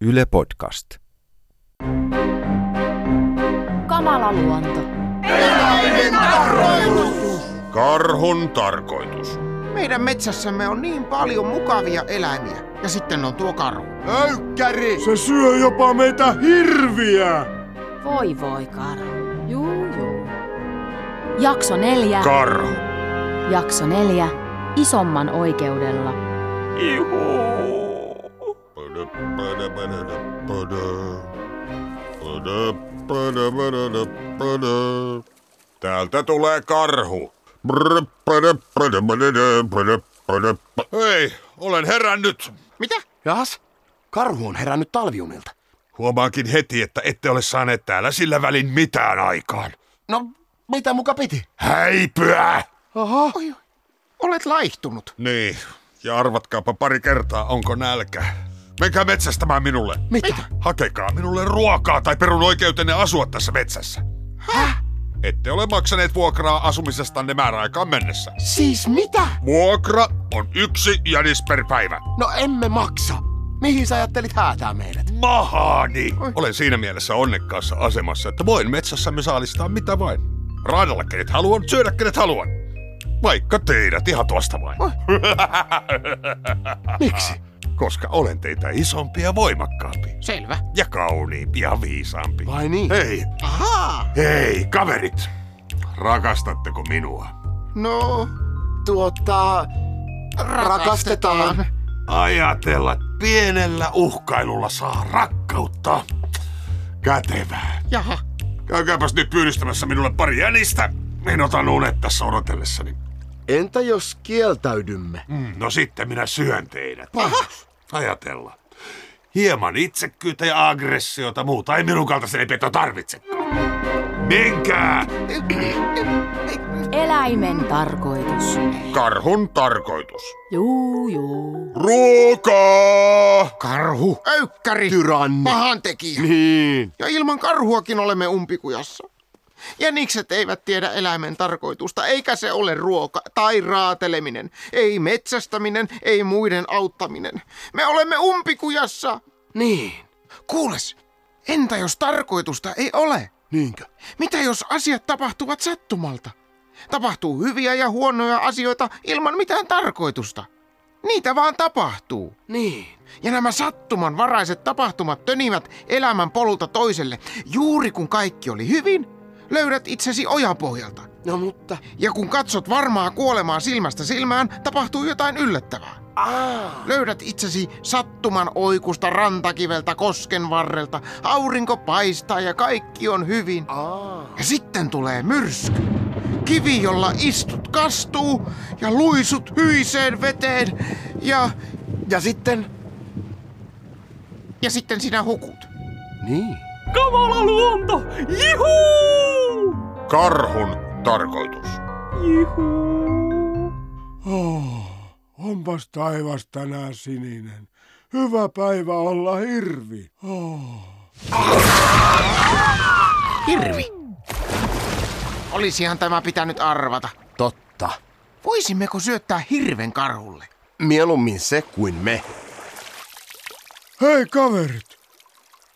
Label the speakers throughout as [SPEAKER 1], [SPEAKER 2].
[SPEAKER 1] Yle Podcast.
[SPEAKER 2] Kamala luonto.
[SPEAKER 3] Karhun tarkoitus.
[SPEAKER 4] Meidän metsässämme on niin paljon mukavia eläimiä. Ja sitten on tuo karhu.
[SPEAKER 3] Öykkäri! Se syö jopa meitä hirviä!
[SPEAKER 2] Voi voi karhu. Juu juu. Jakso neljä.
[SPEAKER 3] Karhu.
[SPEAKER 2] jakso neljä. Isomman oikeudella.
[SPEAKER 3] Täältä tulee karhu. Hei, olen herännyt.
[SPEAKER 4] Mitä?
[SPEAKER 5] Jas, karhu on herännyt talviunilta.
[SPEAKER 3] Huomaankin heti, että ette ole saaneet täällä sillä välin mitään aikaan.
[SPEAKER 5] No, mitä muka piti?
[SPEAKER 3] Häipyä!
[SPEAKER 5] Aha.
[SPEAKER 4] Oi, oi. olet laihtunut.
[SPEAKER 3] Niin, ja arvatkaapa pari kertaa, onko nälkä. Menkää metsästämään minulle.
[SPEAKER 5] Mitä?
[SPEAKER 3] Hakekaa minulle ruokaa tai perun oikeutenne asua tässä metsässä.
[SPEAKER 5] Häh?
[SPEAKER 3] Ette ole maksaneet vuokraa asumisestanne määräaikaan mennessä.
[SPEAKER 5] Siis mitä?
[SPEAKER 3] Vuokra on yksi jänis per päivä.
[SPEAKER 5] No emme maksa. Mihin sä ajattelit häätää meidät?
[SPEAKER 3] Mahaani! Olen siinä mielessä onnekkaassa asemassa, että voin metsässämme saalistaa mitä vain. Raadalla kenet haluan, syödä kenet haluan. Vaikka teidät ihan tuosta vain.
[SPEAKER 5] Miksi?
[SPEAKER 3] Koska olen teitä isompi ja voimakkaampi.
[SPEAKER 4] Selvä.
[SPEAKER 3] ja kauniimpi ja viisaampi.
[SPEAKER 5] Vai niin?
[SPEAKER 3] Hei,
[SPEAKER 4] Ahaa.
[SPEAKER 3] hei, kaverit! Rakastatteko minua?
[SPEAKER 4] No,
[SPEAKER 5] Tuota,
[SPEAKER 4] rakastetaan.
[SPEAKER 5] rakastetaan.
[SPEAKER 3] Ajatella, että pienellä uhkailulla saa rakkautta. Kätevää.
[SPEAKER 4] Jaha.
[SPEAKER 3] Käykääpäs nyt pyydystämässä minulle pari jänistä. En otan unet tässä odotellessani.
[SPEAKER 5] Entä jos kieltäydymme?
[SPEAKER 3] Mm, no sitten minä syön teidät. Ajatella. Hieman itsekkyyttä ja aggressiota muuta ei minun kaltaiseni peto tarvitsekaan. Menkää!
[SPEAKER 2] Eläimen tarkoitus.
[SPEAKER 3] Karhun tarkoitus.
[SPEAKER 2] Juu juu.
[SPEAKER 3] Ruokaa!
[SPEAKER 5] Karhu.
[SPEAKER 4] Öykkäri.
[SPEAKER 5] Tyranni.
[SPEAKER 4] Pahantekijä.
[SPEAKER 5] Niin.
[SPEAKER 4] Ja ilman karhuakin olemme umpikujassa. Jänikset eivät tiedä eläimen tarkoitusta, eikä se ole ruoka tai raateleminen, ei metsästäminen, ei muiden auttaminen. Me olemme umpikujassa.
[SPEAKER 5] Niin.
[SPEAKER 4] Kuules, entä jos tarkoitusta ei ole?
[SPEAKER 5] Niinkö?
[SPEAKER 4] Mitä jos asiat tapahtuvat sattumalta? Tapahtuu hyviä ja huonoja asioita ilman mitään tarkoitusta. Niitä vaan tapahtuu.
[SPEAKER 5] Niin.
[SPEAKER 4] Ja nämä sattumanvaraiset tapahtumat tönivät elämän polulta toiselle. Juuri kun kaikki oli hyvin, löydät itsesi ojapohjalta.
[SPEAKER 5] No mutta...
[SPEAKER 4] Ja kun katsot varmaa kuolemaa silmästä silmään, tapahtuu jotain yllättävää.
[SPEAKER 5] Aa.
[SPEAKER 4] Löydät itsesi sattuman oikusta rantakiveltä kosken varrelta. Aurinko paistaa ja kaikki on hyvin.
[SPEAKER 5] Aa.
[SPEAKER 4] Ja sitten tulee myrsky. Kivi, jolla istut, kastuu ja luisut hyiseen veteen. Ja,
[SPEAKER 5] Ja sitten?
[SPEAKER 4] ja sitten sinä hukut.
[SPEAKER 5] Niin.
[SPEAKER 6] Kamala luonto! Jihuu!
[SPEAKER 3] Karhun tarkoitus.
[SPEAKER 6] Jihuu!
[SPEAKER 7] Oh, Onpas taivas tänään sininen. Hyvä päivä olla hirvi. Oh.
[SPEAKER 4] Hirvi. Olisihan tämä pitänyt arvata.
[SPEAKER 5] Totta.
[SPEAKER 4] Voisimmeko syöttää hirven karhulle?
[SPEAKER 5] Mieluummin se kuin me.
[SPEAKER 7] Hei kaverit!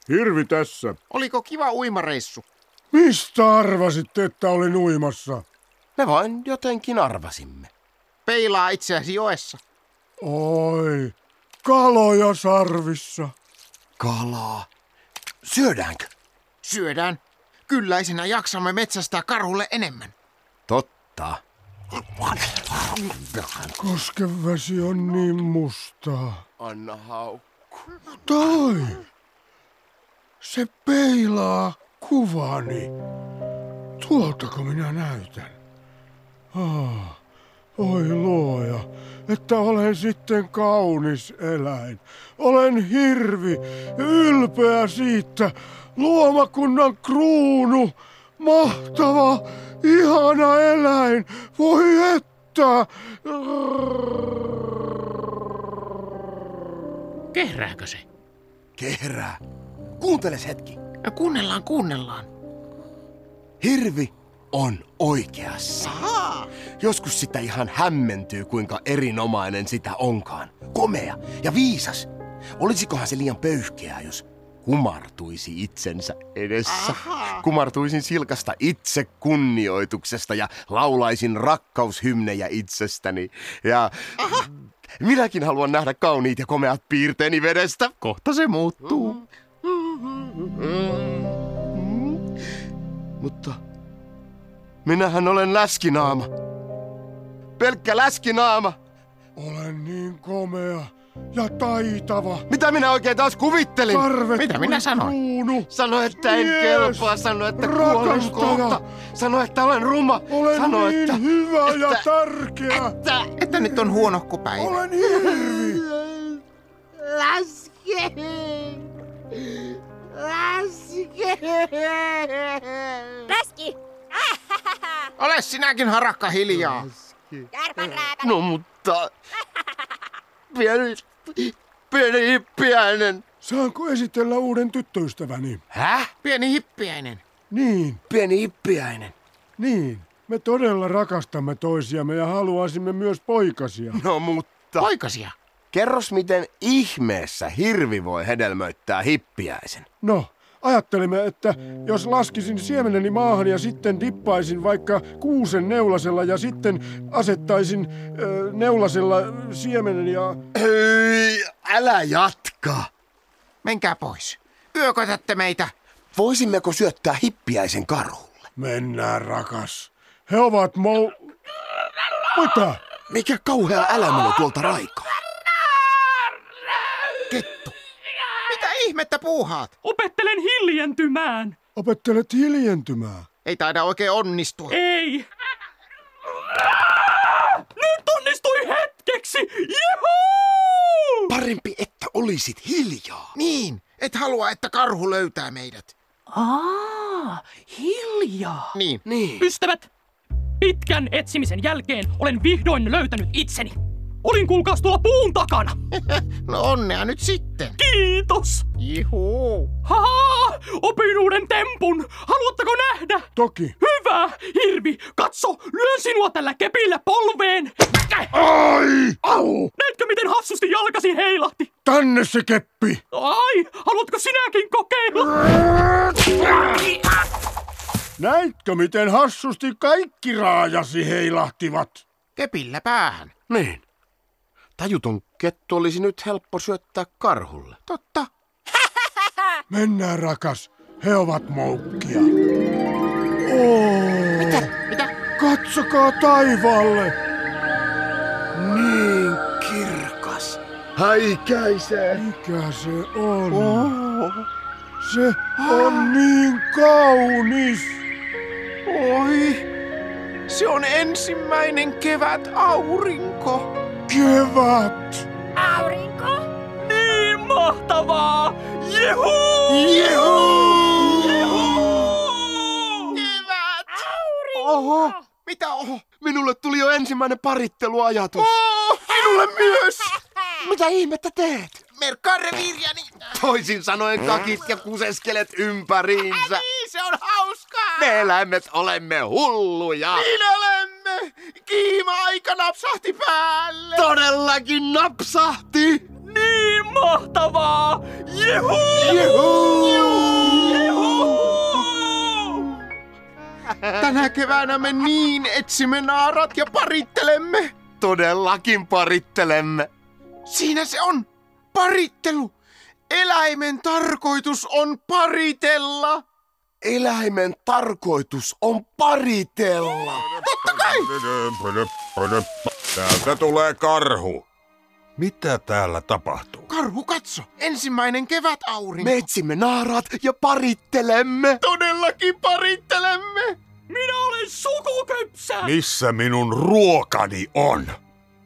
[SPEAKER 7] Hirvi tässä.
[SPEAKER 4] Oliko kiva uimareissu?
[SPEAKER 7] Mistä arvasitte, että olin uimassa?
[SPEAKER 5] Me vain jotenkin arvasimme.
[SPEAKER 4] Peilaa itseäsi joessa.
[SPEAKER 7] Oi, kaloja sarvissa.
[SPEAKER 5] Kalaa. Syödäänkö?
[SPEAKER 4] Syödään. Kylläisenä jaksamme metsästää karhulle enemmän.
[SPEAKER 5] Totta.
[SPEAKER 7] Koskevesi on niin mustaa.
[SPEAKER 5] Anna haukku.
[SPEAKER 7] Tai se peilaa kuvani. Tuoltako minä näytän? Ah, oi luoja, että olen sitten kaunis eläin. Olen hirvi, ylpeä siitä, luomakunnan kruunu, mahtava, ihana eläin. Voi että!
[SPEAKER 4] Kehrääkö se?
[SPEAKER 5] Kerää. Kuunteles hetki.
[SPEAKER 4] No kuunnellaan, kuunnellaan.
[SPEAKER 5] Hirvi on oikeassa. Joskus sitä ihan hämmentyy, kuinka erinomainen sitä onkaan. Komea ja viisas. Olisikohan se liian pöyhkeää, jos kumartuisi itsensä edessä.
[SPEAKER 4] Ahaa.
[SPEAKER 5] Kumartuisin silkasta itse kunnioituksesta ja laulaisin rakkaushymnejä itsestäni. Ja minäkin haluan nähdä kauniit ja komeat piirteeni vedestä. Kohta se muuttuu. Mutta minähän olen läskinaama. Pelkkä läskinaama.
[SPEAKER 7] Olen niin komea ja taitava.
[SPEAKER 5] Mitä minä oikein taas kuvittelin?
[SPEAKER 7] Tarve
[SPEAKER 4] Mitä minä
[SPEAKER 7] kuin
[SPEAKER 4] sanoin?
[SPEAKER 7] Kruunu.
[SPEAKER 5] Sano, että en
[SPEAKER 7] Mies,
[SPEAKER 5] kelpaa. Sano, että kuolen
[SPEAKER 7] rakastaja.
[SPEAKER 5] kohta. Sano, että olen ruma.
[SPEAKER 7] Olen
[SPEAKER 5] Sano,
[SPEAKER 7] niin
[SPEAKER 5] että...
[SPEAKER 7] hyvä ja
[SPEAKER 5] että-
[SPEAKER 7] tärkeä.
[SPEAKER 5] että...
[SPEAKER 4] Että nyt on huonohko päivä.
[SPEAKER 7] Olen hirvi.
[SPEAKER 1] Läski!
[SPEAKER 4] Ole sinäkin harakka hiljaa.
[SPEAKER 1] Kärpän rääpäli!
[SPEAKER 5] No mutta... Pieni... Pieni hippiäinen.
[SPEAKER 7] Saanko esitellä uuden tyttöystäväni?
[SPEAKER 5] Häh?
[SPEAKER 4] Pieni hippiäinen.
[SPEAKER 7] Niin,
[SPEAKER 5] Pieni hippiäinen.
[SPEAKER 7] niin. Me todella rakastamme toisiamme ja haluaisimme myös poikasia.
[SPEAKER 5] No mutta...
[SPEAKER 4] Poikasia.
[SPEAKER 5] Kerros, miten ihmeessä hirvi voi hedelmöittää hippiäisen.
[SPEAKER 7] No, ajattelimme, että jos laskisin siemeneni maahan ja sitten dippaisin vaikka kuusen neulasella ja sitten asettaisin ö, neulasella siemeneni ja...
[SPEAKER 5] Ei, älä jatka.
[SPEAKER 4] Menkää pois. Yökötätte meitä.
[SPEAKER 5] Voisimmeko syöttää hippiäisen karulle?
[SPEAKER 7] Mennään, rakas. He ovat mou... Mitä?
[SPEAKER 5] Mikä kauhea älämölö tuolta raikaa?
[SPEAKER 4] Mitä ihmettä puuhaat?
[SPEAKER 6] Opettelen hiljentymään.
[SPEAKER 7] Opettelet hiljentymään.
[SPEAKER 4] Ei taida oikein onnistua.
[SPEAKER 6] Ei. Nyt onnistui hetkeksi. Juhu!
[SPEAKER 5] Parempi, että olisit hiljaa.
[SPEAKER 4] Niin, et halua, että karhu löytää meidät.
[SPEAKER 6] Aa, hiljaa.
[SPEAKER 4] Niin.
[SPEAKER 5] Niin.
[SPEAKER 6] Ystävät, pitkän etsimisen jälkeen olen vihdoin löytänyt itseni. Olin kuulkaas tuolla puun takana.
[SPEAKER 4] No onnea nyt sitten.
[SPEAKER 6] Kiitos.
[SPEAKER 4] Jihuu.
[SPEAKER 6] Haha, opin uuden tempun. Haluatteko nähdä?
[SPEAKER 7] Toki.
[SPEAKER 6] Hyvä, Hirvi. Katso, lyön sinua tällä kepillä polveen. Ai! Au! Näetkö, miten hassusti jalkasi heilahti?
[SPEAKER 7] Tänne se keppi!
[SPEAKER 6] Ai, haluatko sinäkin kokeilla?
[SPEAKER 7] Näitkö, miten hassusti kaikki raajasi heilahtivat?
[SPEAKER 4] Kepillä päähän.
[SPEAKER 5] Niin. Tajuton kettu olisi nyt helppo syöttää karhulle.
[SPEAKER 4] Totta.
[SPEAKER 7] Mennään, rakas. He ovat moukkia. Oh.
[SPEAKER 4] Mitä?
[SPEAKER 7] Katsokaa taivaalle!
[SPEAKER 5] Niin kirkas. Häikäisee.
[SPEAKER 7] Mikä se on? Se on niin kaunis!
[SPEAKER 4] Oi. Se on ensimmäinen kevät aurinko.
[SPEAKER 7] Kevät!
[SPEAKER 1] Aurinko!
[SPEAKER 6] Niin mahtavaa! Jehu!
[SPEAKER 4] Kevät!
[SPEAKER 5] Oho,
[SPEAKER 4] Mitä on?
[SPEAKER 5] minulle tuli jo ensimmäinen paritteluajatus.
[SPEAKER 4] Minulle myös!
[SPEAKER 5] Mitä ihmettä teet?
[SPEAKER 4] Merkkaa reviiriäni.
[SPEAKER 5] Toisin sanoen kakit ja kuseskelet ympäriinsä.
[SPEAKER 4] Niin, se on hauskaa.
[SPEAKER 5] Me eläimet olemme hulluja.
[SPEAKER 4] Niin olemme. Kiima-aika napsahti päälle.
[SPEAKER 5] Todellakin napsahti.
[SPEAKER 6] Niin mahtavaa! Jehu!
[SPEAKER 4] Tänä keväänä me niin etsimme naarat ja parittelemme.
[SPEAKER 5] Todellakin parittelemme.
[SPEAKER 4] Siinä se on. Parittelu. Eläimen tarkoitus on paritella.
[SPEAKER 5] Eläimen tarkoitus on paritella.
[SPEAKER 3] Täältä tulee karhu. Mitä täällä tapahtuu?
[SPEAKER 4] Karhu, katso. Ensimmäinen kevätaurinko.
[SPEAKER 5] Me etsimme naarat ja parittelemme.
[SPEAKER 4] todellakin parittelemme.
[SPEAKER 6] Minä olen sukukypsä!
[SPEAKER 3] Missä minun ruokani on?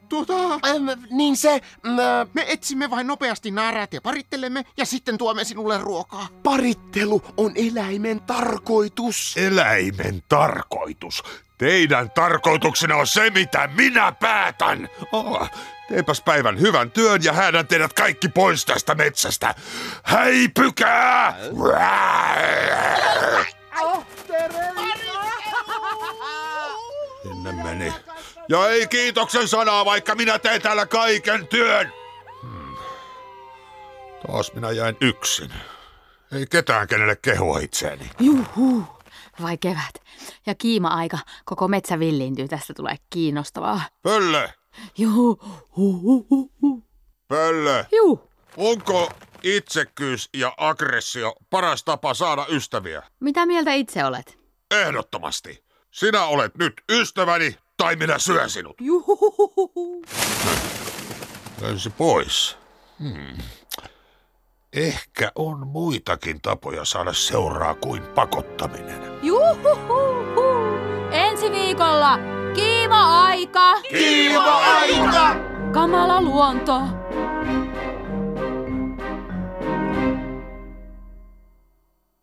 [SPEAKER 4] Tuota,
[SPEAKER 5] Ähm, niin se mm, äh,
[SPEAKER 4] me etsimme vain nopeasti naaraat ja parittelemme ja sitten tuomme sinulle ruokaa.
[SPEAKER 5] parittelu on eläimen tarkoitus.
[SPEAKER 3] Eläimen tarkoitus. Teidän tarkoituksena on se, mitä minä päätän. Oh, teenpäs päivän hyvän työn ja häädän teidät kaikki pois tästä metsästä. Häipykää! Sinne meni. Ja ei kiitoksen sanaa, vaikka minä teen täällä kaiken työn. Hmm. Taas minä jäin yksin. Ei ketään kenelle kehua itseäni.
[SPEAKER 2] Juhu, vai kevät. Ja kiima-aika, koko metsä villiintyy, tästä tulee kiinnostavaa.
[SPEAKER 3] Pöllö!
[SPEAKER 2] Juhu, huh, huh, huh, huh.
[SPEAKER 3] Pöllö!
[SPEAKER 2] Juu,
[SPEAKER 3] Onko itsekkyys ja aggressio paras tapa saada ystäviä?
[SPEAKER 2] mitä mieltä itse olet?
[SPEAKER 3] Ehdottomasti. Sinä olet nyt ystäväni, tai minä syön sinut.
[SPEAKER 2] Juhu,
[SPEAKER 3] Lensi pois. Hmm. Ehkä on muitakin tapoja saada seuraa kuin pakottaminen.
[SPEAKER 2] juhu, Ensi viikolla kiima-aika,
[SPEAKER 3] Kiiva aika!
[SPEAKER 2] kamala luonto.